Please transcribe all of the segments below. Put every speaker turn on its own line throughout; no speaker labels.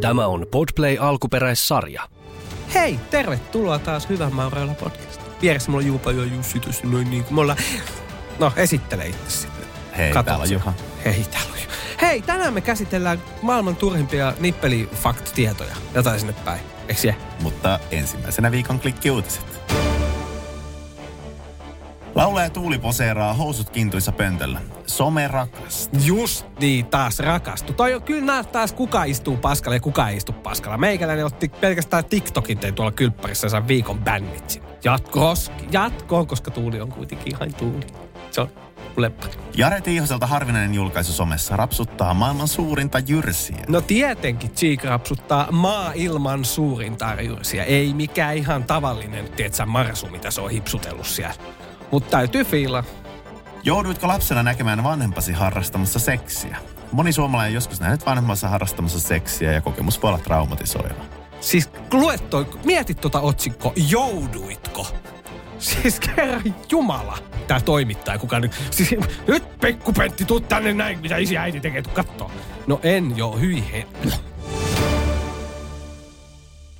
Tämä on Podplay alkuperäissarja.
Hei, tervetuloa taas Hyvän Maurailla podcast. Vieressä mulla on Juupa ja Jussi tässä noin niin kuin me ollaan... No, esittele itse sitten.
Hei,
Katot
täällä on
sen.
Juha.
Hei, täällä on Juha. Hei, tänään me käsitellään maailman turhimpia nippelifaktatietoja. Jotain sinne päin. Eikö se?
Mutta ensimmäisenä viikon klikkiuutiset. Laulaja Tuuli poseeraa housut kintuissa pöntöllä. Some rakas.
Just niin, taas rakastu. Toi on kyllä nää taas kuka istuu paskalla ja kuka ei istu paskalla. Meikäläinen otti pelkästään TikTokin tein tuolla kylppärissä ja sai viikon bännit sinne. Jatkos, jatkoon, koska tuuli on kuitenkin ihan tuuli. Se on mun leppari.
Jare Tiihoselta harvinainen julkaisu somessa rapsuttaa maailman suurinta jyrsiä.
No tietenkin Cheek rapsuttaa maa ilman suurin tarjursia. Ei mikään ihan tavallinen, tietsä, marsu, mitä se on hipsutellut siellä. Mutta täytyy fiilaa.
Jouduitko lapsena näkemään vanhempasi harrastamassa seksiä? Moni suomalainen on joskus nähnyt vanhemmansa harrastamassa seksiä ja kokemus voi olla traumatisoiva.
Siis lue toi, mieti tota otsikko, jouduitko? Siis kerran jumala, tää toimittaja kuka nyt. Siis nyt pikkupentti, tuu tänne näin, mitä isi ja äiti tekee, tuu kattoo. No en joo, hyi he.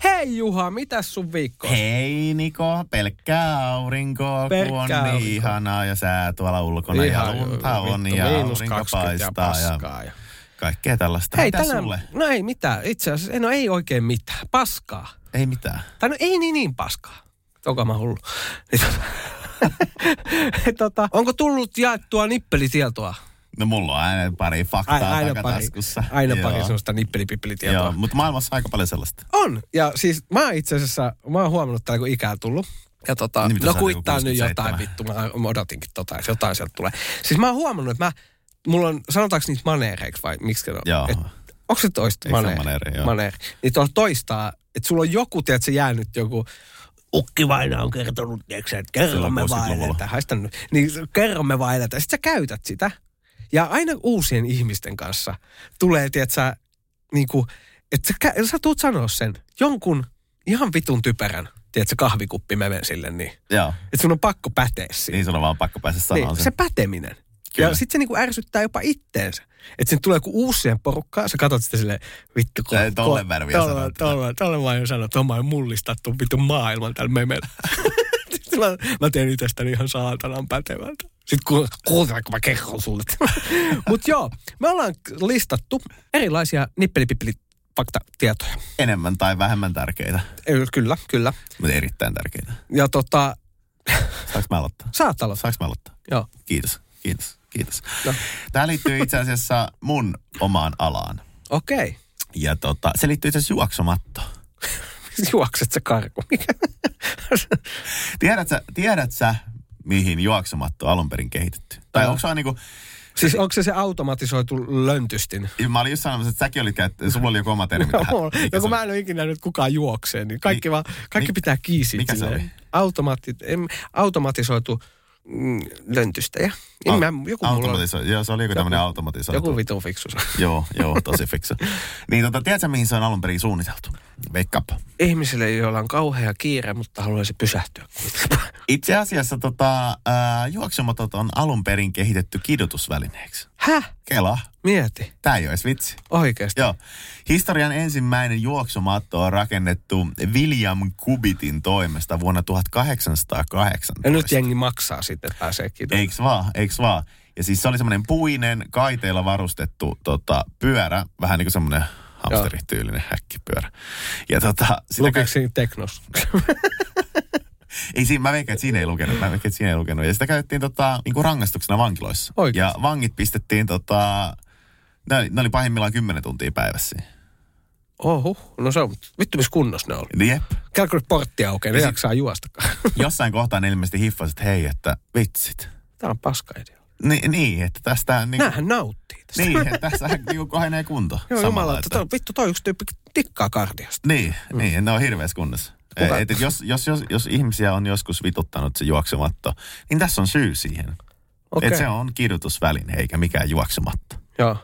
Hei Juha, mitäs sun viikko on?
Hei Niko, pelkkää aurinkoa, kun on
Pelkkää
niin
aurinkoa.
ihanaa ja sää tuolla ulkona
Ihan
ja lunta
joo,
on
vittu,
ja
miinus
aurinko
20 ja
paistaa ja,
paskaa ja-
kaikkea tällaista.
Hei,
Mitä
tänään,
sulle?
no ei mitään, itse asiassa, no ei oikein mitään, paskaa.
Ei mitään.
Tai no ei niin niin paskaa. Onko mä hullu? Niin tota- tota, onko tullut jaettua nippelitietoa?
No mulla on aina pari faktaa
Ai- aina pari,
takataskussa.
aina
Joo.
pari sellaista nippelipippelitietoa.
Joo, mutta maailmassa on aika paljon sellaista.
On, ja siis mä oon itse asiassa, mä oon huomannut täällä kun ikää tullut. Ja tota,
Niin mitä
no
sä oot, joku
kuittaa nyt
67?
jotain vittu, mä mä odotinkin tota, että jotain sieltä tulee. Siis mä oon huomannut, että mä, mulla on, sanotaanko niitä maneereiksi vai miksi ne on?
Joo.
Et, onko se toista?
Eikö se ole maneeri, joo.
Maneeri. Niin tuolla toistaa, että sulla on joku, tiedät sä jäänyt joku, Ukki vaina on kertonut, tiedätkö, sä, että kerro
Silloin
me vaan
60-luvulla.
eletään. Haista nyt. Niin kerro me vaan eletään. Sitten sä käytät sitä. Ja aina uusien ihmisten kanssa tulee, tiedät sä, niinku, että sä, kä- sä tuut sanoa sen jonkun ihan vitun typerän, tiedätkö, kahvikuppi memen sille, niin.
Joo,
Että sun on pakko päteä siihen.
niin sun on vaan pakko päästä sanomaan
Niin,
niin,
se päteminen. Kyllä.
Kyllä.
Ja sitten se niinku ärsyttää jopa itteensä. Että sinne tulee joku uusien porukkaa, sä katsot sitä silleen, vittu, kun...
Ei tolle värviä
tolle,
sanottu.
tolle, tolle vaan jo sanoo, että on vaan mullistattu vittu maailman tällä memellä. Sitten mä, mä teen itsestäni ihan saatanan pätevältä. Sitten ku, kuuntele, kun mä kerron sulle. Mutta joo, me ollaan listattu erilaisia nippelipippeli faktatietoja.
enemmän tai vähemmän tärkeitä,
Ei, Kyllä, kyllä.
mutta erittäin tärkeitä.
Ja tota,
Saanko mä aloittaa?
saat aloittaa.
Saanko mä aloittaa?
Joo.
Kiitos, kiitos, kiitos.
No.
Tämä liittyy itse asiassa mun omaan alaan.
Okei.
Ja tota, se liittyy itse asiassa juoksumattoon.
Juokset sä karku. Mikä?
Tiedät sä, tiedät sä mihin juoksumatto on alun perin kehitetty? Tai
Joo.
onko se vaan niinku,
Siis onko se se automatisoitu löntystin?
mä olin just sanomassa, että säkin olit käyttänyt, sulla oli joku oma termi tähän. Mikä
Ja
se
kun mä en ole ikinä nyt kukaan juokseen, niin kaikki,
Mi-
vaan, kaikki
mi-
pitää kiisiä.
mikä se
silleen.
oli?
Automaatti, em, automatisoitu mm, löntystäjä. En mä, joku mulla on,
Automatiso- Joo, se oli joku tämmöinen automatisoitu.
joku vitun fiksu. sana.
Joo, joo, tosi fiksu. niin tota, tiedätkö mihin se on alun perin suunniteltu? Wake up.
Ihmisille, joilla on kauhea kiire, mutta haluaisi pysähtyä.
Itse asiassa tota, äh, juoksumatot on alun perin kehitetty kidutusvälineeksi.
Häh?
Kela,
Mieti.
tää ei ole edes vitsi.
Oikeasti.
Joo. Historian ensimmäinen juoksumatto on rakennettu William Kubitin toimesta vuonna 1818.
Ja nyt jengi maksaa sitten, että pääsee kiitoon.
Eiks vaan, eiks vaan. Ja siis se oli semmoinen puinen, kaiteilla varustettu tota, pyörä, vähän niin kuin semmoinen hamsterityylinen häkkipyörä. Ja tota, sitä
Lukiko
käy,
siinä teknos?
ei, siinä, mä veikkaan, että siinä ei lukenut, mä veikkaan, että siinä ei lukenut. Ja sitä käytettiin tota, niin kuin rangaistuksena vankiloissa.
Oikeesti?
Ja vangit pistettiin, tota, ne oli, ne oli pahimmillaan 10 tuntia päivässä.
Oho, no se on. Vittu, missä kunnossa ne on.
Jep.
Käykö nyt portti aukeaa, ne
Ja sit-
jaksaa juostakaan.
Jossain kohtaa ne ilmeisesti hiffasit, että hei, että vitsit.
Tää on paska idea.
Ni, niin, että tästä... Niin,
Näähän nauttii tästä.
niin, että tässä niin kohenee kunto.
Joo,
samalla,
jumala,
että-
tota, vittu, toi yksi tyyppi tikkaa kardiosta.
Niin, mm. niin, ne on hirveässä kunnossa.
Kuka-
Et, et, jos, jos, jos, jos ihmisiä on joskus vituttanut se juoksumatto, niin tässä on syy siihen. Okay.
Okei, okay.
Että se on kidutusväline eikä mikään juoksumatto.
joo.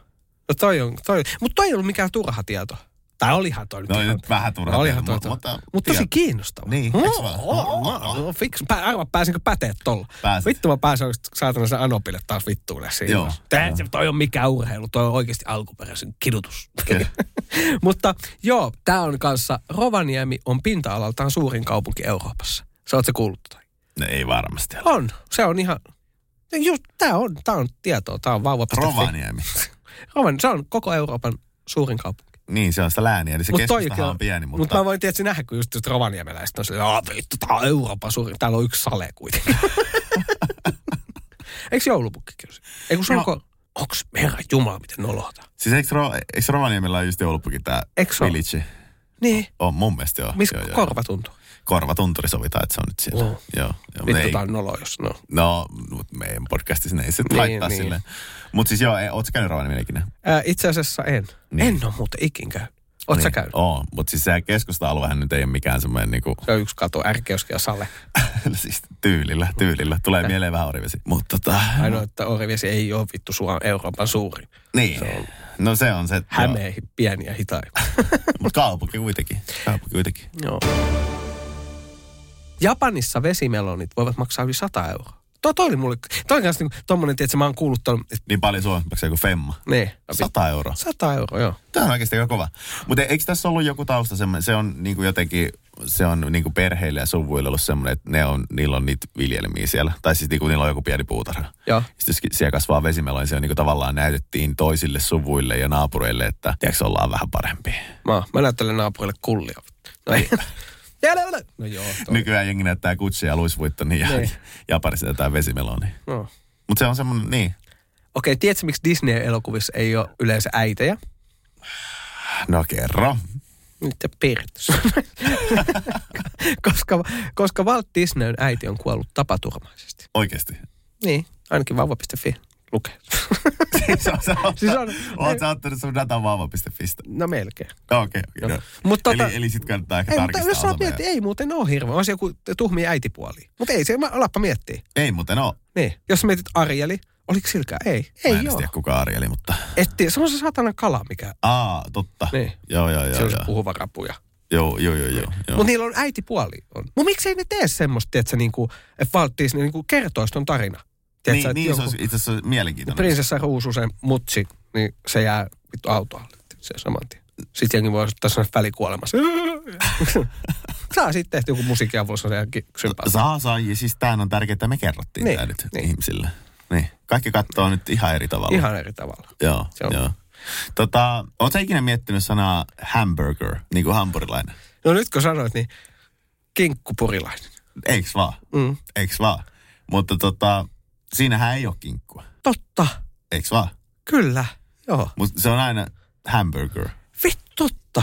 No toi on, toi, mutta toi ei ollut mikään turha tieto. Tai olihan toi nyt.
No
ihan-
nyt vähän turha.
No, olihan toi,
tehdä, mu-
toi. Mutta,
Mutta,
mutta tosi
tiedät,
kiinnostava.
Niin,
no,
eiks vaan?
no, no, no, fiks, pä, arva, pääsinkö pätee tolla?
Pääsit.
Vittu mä pääsen oikeesti saatana sen Anopille taas vittuille siinä.
Joo.
Tää, se- toi on mikä urheilu, toi on oikeasti alkuperäisen kidutus.
kyllä.
Mutta joo, tämä on kanssa, Rovaniemi on pinta-alaltaan suurin kaupunki Euroopassa. Sä oot se kuullut tota? tai?
No ei varmasti ole.
On, se on ihan, no just tää on, tää on tietoa, tää on vauva.fi.
Rovaniemi.
Rovaniemi, se on koko Euroopan suurin kaupunki.
Niin, se on sitä lääniä, eli se
Mut
Mut
toi
keskustahan
kyllä-
on pieni,
Mutta Mut
mutta...
mä voin tietysti nähdä, kun just, just rovaniemeläiset on silleen, aah vittu, tää on Euroopan suurin, täällä on yksi sale kuitenkin. Eikö joulupukki kyllä? Eikö se
No.
onko, onks herra jumala miten nolota?
Siis eikö, Ro, eikö Rovaniemellä ole just joulupukin tää
Eikö se ole?
village?
Niin,
On, mun mielestä joo.
missä
joo,
korva tuntuu?
Korvatunturi sovitaan, että se on nyt siellä.
Joo.
Joo, joo. mut
Vittu
ei-
tää on nolo, jos no.
No, mut meidän podcastissa ne ei sit
Niin,
laittaa
niin.
silleen. Mutta siis joo, ei- oot sä käynyt Rovaniemellä ikinä?
Ää, itse asiassa en.
Niin.
En ole muuten ikin käynyt. Oot sä
Niin,
käynyt?
Oo, mutta siis se keskusta-aluehan nyt ei ole mikään semmoinen niinku,
Se on yksi katu, ärkeuski ja sale.
siis tyylillä, tyylillä.
Äh.
Tulee mieleen vähän orivesi. Mutta tota,
Ainoa, että Orivesi ei ole vittu sua Euroopan suuri.
niin. No se on se. joo.
Hämeen hi- pieni ja hitain.
Mut kaupunki kuitenkin. Kaupunki kuitenkin.
Joo. Japanissa vesimelonit voivat maksaa yli 100 euroa. Tuo toi oli mulle, toi on kanssa niinku tommonen, tiedätkö, mä oon kuullut ton, et,
Niin paljon Suomessa maksaa joku femma.
niin,
100 euroa.
100 euroa, joo.
Tämä on oikeasti aika kova. Mutta eikö tässä ollut joku tausta semmoinen, se on niinku jotenkin, se on niinku perheille ja suvuille ollut semmoinen, että ne on, niillä on niitä viljelmiä siellä. Tai siis niinku niillä on joku pieni puutarha.
Joo.
Sitten jos siellä kasvaa vesimeloja, niin se on niinku tavallaan näytettiin toisille suvuille ja naapureille, että tiedätkö, ollaan vähän parempi.
Mä, mä näyttelen naapurille kullia. No, ei. no joo, toi.
Nykyään jengi näyttää kutsia ja luisvuittoni ja
Niin.
Japanissa näyttää vesimeloni.
No.
Mutta se on semmoinen, niin.
Okei, tiedätkö miksi Disney-elokuvissa ei ole yleensä äitejä?
No kerro.
Nyt ja pirtys. koska, koska Walt Disneyn äiti on kuollut tapaturmaisesti.
Oikeasti.
Niin, ainakin vauva.fi lukee.
se on, se on,
Siis
siis
on-
on, oot sä ottanut sun datan vauva.fistä.
No melkein.
No, okei, okay,
Joo.
okay, no.
Mutta
eli,
tota-
eli sit kannattaa ehkä
Ei, mutta
tarkistaa
jos sä
osaaminen.
mietit, ei muuten ole hirveä. On se joku tuhmi äitipuoli. Mutta ei se, mä, alappa miettiä.
Ei muuten oo.
Niin. Jos sä mietit Arieli, oliko silkää? Ei.
Mä
Ei
en edes
joo.
tiedä kuka Arieli, mutta...
Etti, se on se saatana kala, mikä
Aa, totta.
Niin.
Joo, joo,
se Niin.
joo.
on se
joo.
puhuva rapuja.
Joo, joo, joo, joo. joo.
Mutta niillä on äitipuoli. On. Mut miksei ne tee semmoista, että niinku, että Walt Disney niinku kertoisi ton tarina.
niin,
Tiedätkö, että
niin se
joku-
olisi itse asiassa mielenkiintoinen.
prinsessa Ruususen mutsi, niin se jää vittu autoalle. Se saman tien. Sitten jengi voi ottaa sen välikuolemassa. Saa sitten tehty joku musiikin avulla sen jälkeen sympaa.
Saa, saa. Ja siis tämähän on tärkeää, että me kerrottiin
Niin,
niin, tämä nyt
niin.
niin. ihmisille. Niin. Kaikki katsoo nyt ihan eri tavalla.
Ihan eri tavalla.
Joo,
Se on.
joo. Tota, oot sä ikinä miettinyt sanaa hamburger, niin kuin hampurilainen?
No nyt kun sanoit, niin kinkkupurilainen.
Eiks vaan?
Mm.
Eiks vaan? Mutta tota, siinähän ei ole kinkkua.
Totta,
Eiks vaan?
kyllä, joo.
Mutta se on aina hamburger.
Vittu, totta.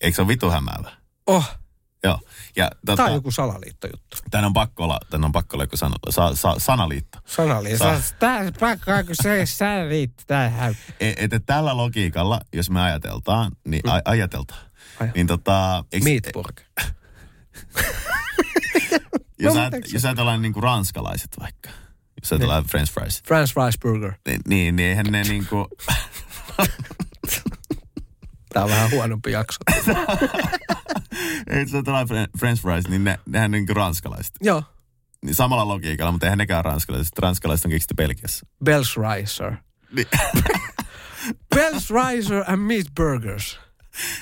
Eikö se ole vitu hämäävä?
Oh,
Joo. Ja tota,
tää on joku salaliittojuttu.
tän on pakko olla, tän on pakko olla joku sana, sa, sa, sanaliitto.
Salaliitto.
Saa-
Tää pakkaa, kun se ei salaliitto tähän.
E, että tällä logiikalla, jos me ajateltaan, niin a, ajateltaan.
Mm. Ai.
Niin tota, eiks,
Meatburger.
jos,
No,
ajat,
mutta eikö se- Niin.
jos ajatellaan niinku ranskalaiset vaikka, jos ajatellaan french fries,
French fries burger.
niin, niin, niin eihän ne niinku,
Tää on vähän huonompi jakso.
jos ajatellaan fre- french fries, niin ne, nehän on niinku ranskalaiset.
joo.
Niin samalla logiikalla, mutta eihän nekään ranskalaiset. Ranskalaiset on keksitty Belgiassa.
Bell's Riser.
Niin,
Bell's Riser and Meat Burgers.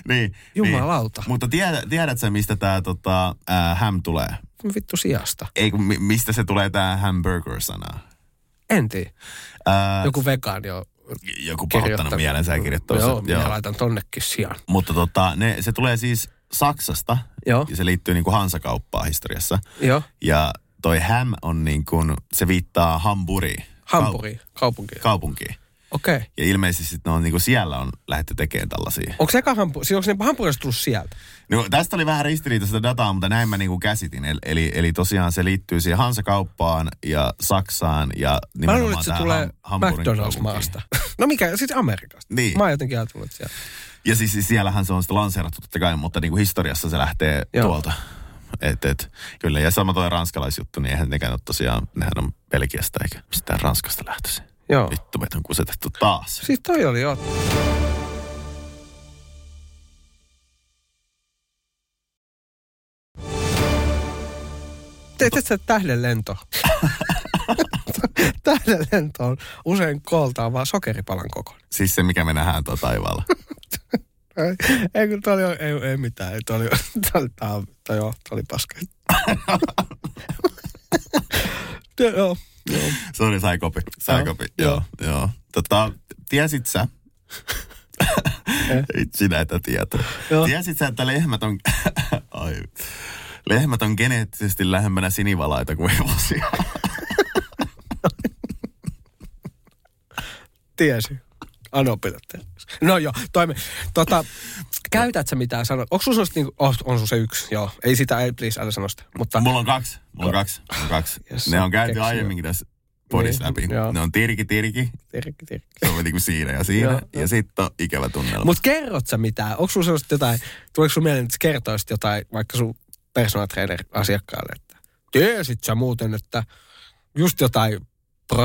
niin,
Jumalauta.
Niin. Mutta tiedä, tiedät sä, mistä tämä tota, äh, ham tulee?
Vittu sijasta.
Ei, kun mi- mistä se tulee tämä hamburger-sana?
En tiedä.
Ää,
Joku vegaani on
joku pahoittanut
kirjoittanut.
mielensä ja kirjoittanut
Joo,
sen.
minä laitan tonnekin sijaan.
Mutta tota, ne, se tulee siis Saksasta
Joo.
ja se liittyy niinku Hansakauppaan historiassa.
Joo.
Ja toi ham on niin kuin, se viittaa Hamburiin.
Hampuri, kaupunki.
Kau- kaupunkiin.
Okei. Okay.
Ja ilmeisesti sit ne on niin kuin siellä on lähdetty tekemään tällaisia.
Onko se eka hampu, siis onko ne hampurista tullut sieltä?
No, tästä oli vähän ristiriitaista dataa, mutta näin mä niin kuin käsitin. Eli, eli, eli tosiaan se liittyy siihen Hansakauppaan ja Saksaan ja
Mä
nimenomaan
luulin, että se
tähän
tulee
Ham- Hampurin kaupunkiin.
McDonald's-maasta. No mikä, siis Amerikasta.
Niin.
Mä oon jotenkin ajatellut, että sieltä.
Ja siis, siis siellähän se on sitä lanseerattu totta kai, mutta niin kuin historiassa se lähtee
Joo.
Joo. tuolta. Et, et, kyllä, ja sama toi ranskalaisjuttu, niin eihän nekään ole tosiaan, nehän on Belgiasta eikä sitä Ranskasta lähtöisin.
Joo.
Vittu, meitä on kusetettu taas.
Siis toi oli joo. Teet sä tähdenlento? tähdenlento on usein kooltaan vaan sokeripalan kokoinen.
Siis se, mikä me nähdään tuo taivaalla.
Ei, ei kyllä toi oli, ei, ei mitään, ei, toi oli, toi oli, tää, toi, joo, toi oli paska. Tö- joo, joo.
Sori, sai kopi. Sai
Joo.
kopi. Joo, joo. Tota, tiesit sä? Vitsi näitä tietoja.
Eh? Joo.
Tiesit sä, että lehmät on... Ai. Lehmät on geneettisesti lähempänä sinivalaita kuin hevosia.
Tiesi. Anopilotte. No joo, toimi. Tota, käytät sä mitään sanoa? Onko sun niinku, oh, on sun se yksi, joo. Ei sitä, ei please, älä sano sitä. Mutta
Mulla on kaksi. Mulla on kaksi. Mulla on kaksi.
Jos
ne on käyty
keksiä.
aiemminkin tässä podissa
Niin,
läpi.
joo.
Ne on tirki, tirki.
tirkki, tirkki.
Se on niinku siinä ja siinä.
Joo,
ja sitten on ikävä tunnelma.
Mut kerrot sä mitään? Onko sulla sellaista jotain, tuleeko sun mieleen, että sä kertoisit jotain vaikka sun personal trainer asiakkaalle, että tiesit sä muuten, että just jotain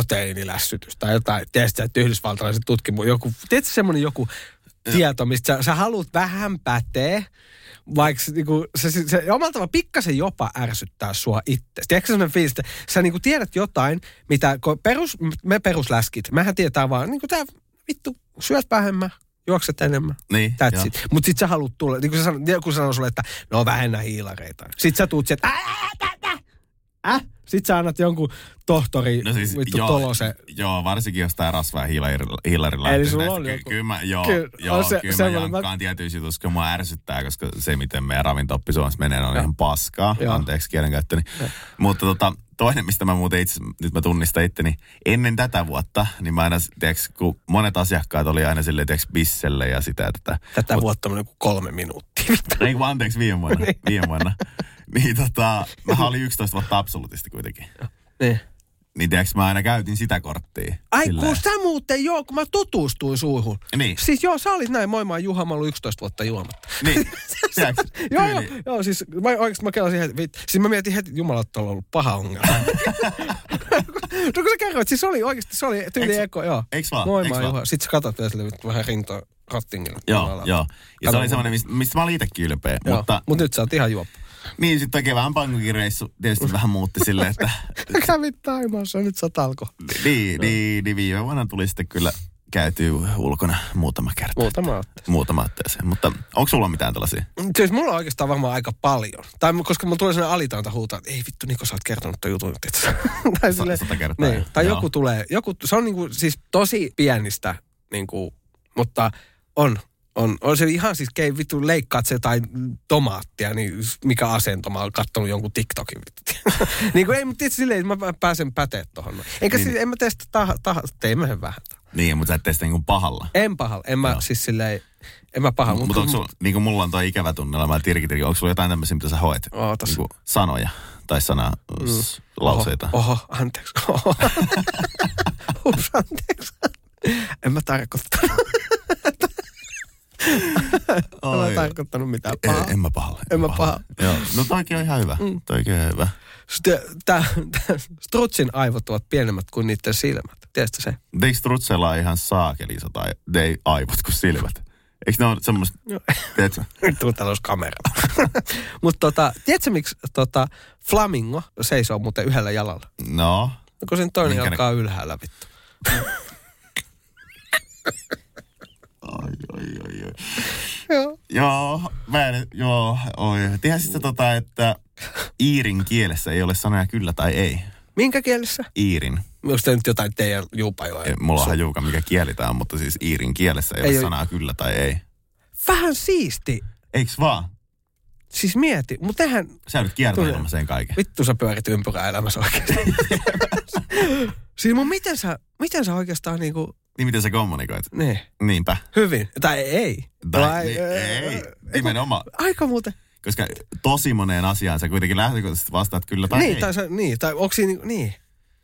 proteiinilässytys tai jotain, tiesit sä, että yhdysvaltalaiset tutkimus, joku, tiedätkö sä semmonen joku tieto, mistä sä, sä haluat vähän pätee, vaikka se niinku, se, se, se omalla tavalla pikkasen jopa ärsyttää sua itse. Tiedätkö semmoinen fiilis, että sä niinku tiedät jotain, mitä kun perus, me perusläskit, mehän tietää vaan, niinku tää vittu, syöt vähemmän, juokset enemmän.
Niin,
That's
joo.
it. Mutta sit sä haluat tulla, niin kun sä sanot, joku sanoo sulle, että no vähennä hiilareita. Sit sä tuut sieltä, äh, äh, äh, äh, äh. Sit sä annat jonkun tohtori,
No siis,
vittu
joo,
tolose.
joo, varsinkin jos tää rasvaa hiilarilla.
Eli sulla on joku-
niin Kyllä mä, joo,
Kyllä,
joo,
on se-
kyllä mä
semmoinen- mä-
jankkaan tietyissä jutuissa, kun mua ärsyttää, koska se, miten meidän ravintoppi Suomessa menee, on ihan paskaa.
Joo.
Anteeksi kielenkäyttöni. Mutta tota, toinen, mistä mä muuten itse, nyt mä tunnistan itteni, niin ennen tätä vuotta, niin mä aina, tiiäks, kun monet asiakkaat oli aina silleen, tiiäks, bisselle ja sitä ja tätä.
Tätä vuotta on joku kolme minuuttia.
Ei kun anteeksi, viime vuonna. viime vuonna. Niin tota, mä olin 11 vuotta absolutisti kuitenkin.
niin.
Niin tiiäks, mä aina käytin sitä korttia.
Ai
Silleen.
kun sä muuten, joo, kun mä tutustuin suuhun.
Niin.
Siis joo, sä olit näin, moi mä oon Juha, mä oon ollut 11 vuotta juomatta.
Niin, tiedätkö,
Joo, joo,
tyyli.
joo, siis mä, oikeasti mä kelasin heti, vit, siis mä mietin heti, jumala, että on ollut paha ongelma. no kun sä kerroit, siis se oli oikeasti, se oli tyyli
Eiks-
eko, joo.
eiks vaan,
Moi
eiks
mä oon
vaan?
Juha. Sitten sä katsot vielä sille vittu vähän rintoa rottingilla.
Joo, joo. Ja se oli semmoinen, mistä, mistä mä olin itsekin ylpeä.
Mutta,
Mutta
Mut nyt sä oot ihan juoppa.
niin, sitten kevään pankukin reissu tietysti vähän muutti silleen, että
Kävit Taimaassa, nyt sä oot alko.
niin, niin, niin viime vuonna tuli sitten kyllä käyty ulkona muutama kerta.
Muutama otte.
Muutama otteeseen. Mutta onko sulla mitään tällaisia?
Siis mulla on oikeastaan varmaan aika paljon. Tai mu- koska mulla tulee sellainen alitainta huutaa, että ei vittu Niko, sä oot kertonut ton jutun. tiedätkö sä? tai
Sa-
silleen-
sata kertaa.
Niin, tai
Joo.
joku tulee, joku, se on niinku, siis tosi pienistä, niinku, mutta on, on, on se ihan siis, kei vittu leikkaat se tai tomaattia, niin mikä asento, mä oon kattonut jonkun TikTokin. niin kuin ei, mutta tietysti silleen, mä pääsen päteet tohon. Eikä
Niin.
niin. siis, en mä testa taha, taha teemme sen vähän.
Niin, mutta sä et tee sitä niinku pahalla.
En pahalla, en mä
Joo.
siis silleen, en mä pahalla.
Mutta onko sulla, niin kuin mulla on toi ikävä tunnelma, tirkitirki, onko sulla jotain tämmöisiä, mitä sä hoet?
Ootas.
Niinku sanoja tai sana,
Mm.
s- lauseita.
Oho, oho anteeksi. Oho. Ups, anteeksi. En mä tarkoittanut, en mä
Oi.
tarkoittanut mitään
Ei,
pahaa.
E-, en mä pahalla.
En mä
Joo. No toikin on ihan hyvä. Mm. Toikin on ihan hyvä.
Sitten tää, tää, strutsin aivot ovat pienemmät kuin niiden silmät. Tiedätkö se?
Eikö strutsella ihan saakeli sota, ne ei aivot kuin silmät? Eikö ne ole semmoista, tiedätkö?
Nyt on kamera. Mutta tota, tiedätkö miksi tota, flamingo seisoo muuten yhdellä jalalla?
No,
No kun sen toinen
Minkä
jalka on ylhäällä vittu.
Ai, ai, ai, ai.
Joo.
Joo, mä en, joo, oi. Tiesit sä tota, että Iirin kielessä ei ole sanoja kyllä tai ei?
Minkä kielessä?
Iirin.
Onko tämä nyt jotain teidän juupajoa?
Ei, Mulla on hajuuka, mikä kieli tää on, mutta siis Iirin kielessä ei,
Ei
ei
oo-
ole sanaa kyllä tai ei.
Vähän siisti.
Eiks vaan?
Siis mieti, mutta eihän,
Sä nyt kiertoilmaiseen kaiken.
Vittu sä pyörit ympyrää elämässä oikeasti. siis mun miten sä, miten sä oikeastaan niinku,
Niin miten sä kommunikoit?
niin,
Niinpä.
hyvin, tai ei.
Tai,
Vai-
niin, ei,
ää,
nimenomaan.
Aika muuten.
Koska tosi moneen asiaan sä kuitenkin lähtökohtaisesti vastaat kyllä tai
Tai niin,
ei.
tai sä, niin, tai onko siinä niinku, niin.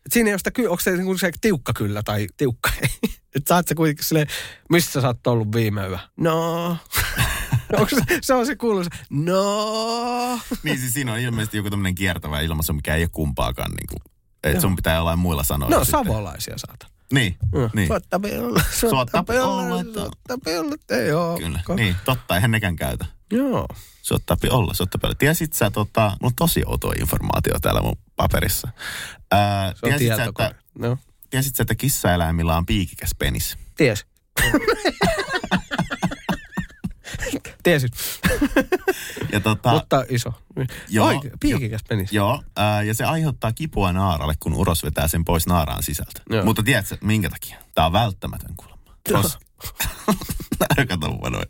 Et siinä ei ole sitä, ky- onko se niinku se tiukka kyllä tai tiukka ei. Et sä oot se kuitenkin silleen, missä sä oot ollut viime yö? No. onko se, se on se kuuluisa, no.
Niin siis siinä on ilmeisesti joku tämmöinen kiertävä ilmaisu, mikä ei ole kumpaakaan niin kuin, että sun pitää jollain muilla sanoilla.
No
sitten.
savolaisia saatan.
Niin,
Mm.
niin.
Suotta piolla,
Suotta
suotta piolla,
piolla.
suotta piolla, ei oo.
Kyllä, niin, totta, eihän nekään käytä.
Joo.
Suottapi olla, suottapi olla. Tiesit sä, tota, mulla on tosi outoa informaatio täällä mun paperissa. Ää,
Se on
tiesit, sä,
tietokone.
että,
No.
tiesit sä, että kissaeläimillä on piikikäs penis?
Ties. tiesit.
Ja tota,
Mutta iso.
Joo,
Joo. Oikein, piikikäs menisi.
Joo, ää, ja se aiheuttaa kipua naaralle, kun uros vetää sen pois naaraan sisältä.
Joo.
Joo. Mutta tiedätkö, minkä takia? Tämä on välttämätön kuulemma. Kos... Kato mua noin.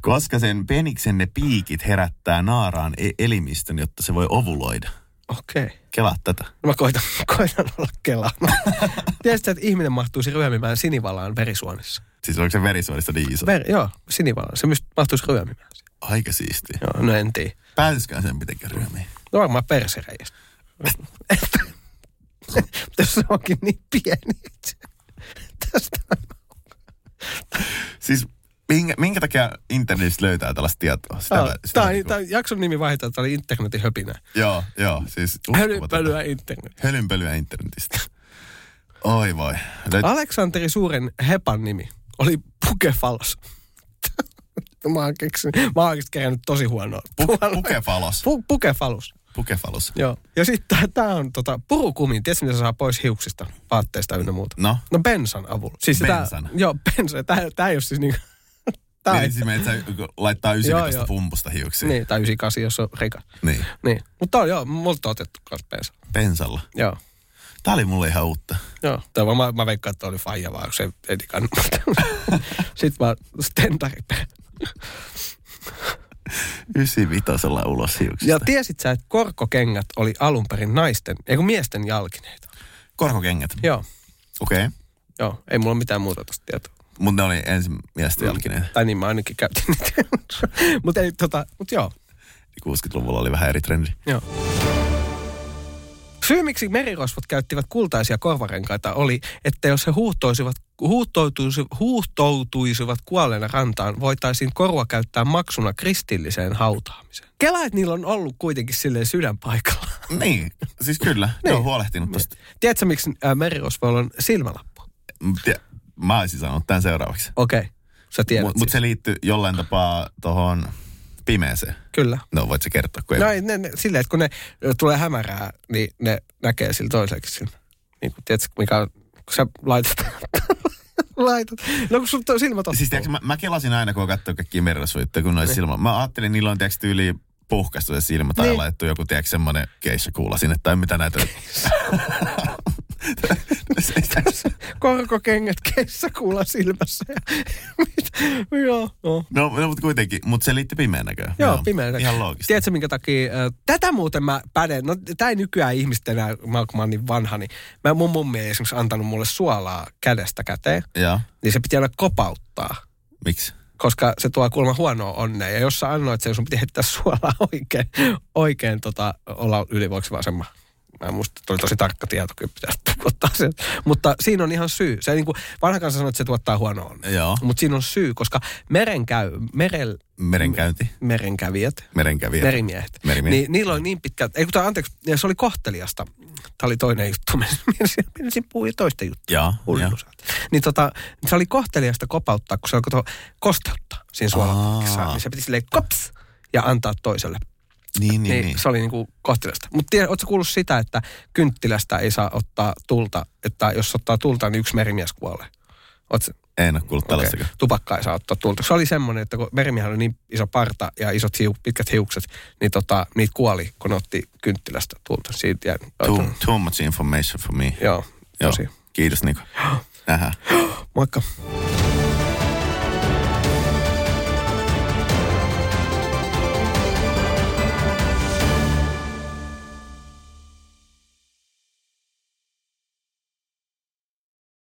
Koska sen peniksen ne piikit herättää naaraan e- elimistön, jotta se voi ovuloida.
Okei. Okay.
Kelaa tätä.
Mä koitan, koitan olla kelaamaan. Tiedätkö, että ihminen mahtuisi ryömimään sinivalaan verisuonissa?
Siis onko se verisuonista niin iso?
Ver, joo, sinivalaan. Se myös mahtuisi ryömimään.
Aika siisti.
Joo, no en tiedä.
Pääsisikään sen mitenkään ryömiin?
No varmaan persereistä. Mutta se onkin niin pieni. että Tästä on
Siis minkä, minkä takia internetistä löytää tällaista tietoa? Sitä,
Tämä, tämä, on,
niinku-
tämä jakson nimi vaihtaa, tämä oli internetin höpinä.
Joo, joo, siis uskomatonta.
Hölypölyä internet.
Hölynpölyä internetistä. Oi voi. Löyt...
Aleksanteri Suuren hepan nimi oli Pukefalos. mä oon keksin, mä oon oikeesti kerännyt tosi huonoa.
Pu- pukefalos.
Pu- Pukefalus,
Pukefalus.
joo. Ja sitten tämä on tota, purukumin, tiedätkö mitä saa pois hiuksista, vaatteista ynnä muuta?
No,
No bensan avulla. Siis
Bensan.
Tää, joo, bensan. Tämä ei ole siis niinku... Tää ei,
niin me, että sä laittaa
Joo,
19
joo.
pumpusta hiuksiin.
niin, tai 98, jos on rikas.
niin.
Niin. Mutta on joo, multa on otettu kans bensa.
Pensalla.
Joo.
Tää oli mulle ihan uutta.
Joo, tai vaan mä, mä veikkaan, että oli faija vaan, kun se ei kannattaa. Sitten vaan stendari päälle.
95 ulos hiuksista.
Ja
Ja
tiesit sä, että korkokengät oli alun perin naisten, eikö miesten jalkineita?
Korkokengät.
Joo,
Okei. Okay.
joo, ei mulla mitään muuta tosta tietoa.
Mutta ne oli ensin miesten jälkinen.
Tai niin mä ainakin käytin niitä. Mutta ei tota, mut joo,
60-luvulla oli vähän eri trendi.
joo. Syy, miksi merirosvot käyttivät kultaisia korvarenkaita oli, että jos he huuhtoisivat, huuhtoutuisivat, huuhtoutuisivat kuolleena rantaan, voitaisiin korua käyttää maksuna kristilliseen hautaamiseen. Kela, että niillä on ollut kuitenkin silleen sydän paikalla.
Niin, siis kyllä. Ne on huolehtinut tosta.
Tiedätkö, miksi ää, merirosvoilla on silmälappu?
Mut tie- Mä olisin sanonut tämän seuraavaksi.
Okei, okay. sä tiedät
Mutta mut
siis.
se liittyy jollain tapaa tuohon pimeeseen.
Kyllä.
No voit sä kertoa, kun ei...
No ei, ne, ne, silleen, että kun ne ö, tulee hämärää, niin ne näkee sillä toiseksi sen. Niin kuin, tiedätkö, mikä on, kun sä laitat, laitat. No kun sun toi silmä tottuu.
Siis tiiäks, mä, mä kelasin aina, kun katsoin kaikkia merirosvoitteja, kun noissa silmä. Mä ajattelin, niillä on tiiäks, tyyli puhkaistu se silmä tai
Niin.
niin. laitettu joku tiiäks, semmoinen keissakuula sinne tai mitä näitä.
Korkokengät keissä kuulla silmässä. Ja mit- Joo, no.
no, no mutta kuitenkin, mutta se liittyy pimeän näköön.
Joo, no, pimeänä.
Ihan loogista.
Tiedätkö, minkä takia? ö, Tätä muuten mä päden. No, tämä ei nykyään ihmistä enää, mä, kun mä oon niin vanha, niin mä, mun mummi ei esimerkiksi antanut mulle suolaa kädestä käteen,
Joo,
niin se piti aina kopauttaa.
miksi?
koska se tuo kuulemma huonoa onnea. Ja jos sä annoit sen, sun piti heittää suolaa oikein, oikein tota, olla ylivoiksi vasemma. Mä muista, tuli tosi tarkka tieto, kyllä pitäisi ottaa sen. Mutta siinä on ihan syy. Se, niin kuin, vanha kansa sanoo, että se tuottaa huonoa onnea.
Joo,
Mutta siinä on syy, koska merenkäy, merel,
merenkäynti,
merenkävijät,
merenkävijä.
merimiehet,
Merimiehet.
niin niillä oli niin pitkä, ei kun tää, anteeksi, se oli kohteliasta. Tämä oli toinen juttu, menisin puhuin toista juttua
Joo, joo.
hullu sä oot. Niin tota, se oli kohteliasta kopauttaa, kun se alkoi tuo kosteuttaa siinä suolapakissa.
Aa.
Niin se piti silleen kops ja antaa toiselle.
Niin,
Niin,
niin, niin.
se oli niinku kohteliasta. Mutta tiedä, ootko kuullut sitä, että kynttilästä ei saa ottaa tulta, että jos ottaa tulta, niin yksi merimies kuolee. Ootko,
En ole kuullut
okay.
tällaistakaan.
Tupakka ei saa ottaa tulta. Se oli semmoinen, että kun merimiehellä oli niin iso parta ja isot hiu, pitkät hiukset, niin tota, niitä kuoli, kun ne otti kynttilästä tulta. Siitä jäi,
Too, too much information for me.
Joo,
Joo.
tosi.
Kiitos Niko. Nähdään.
Moikka.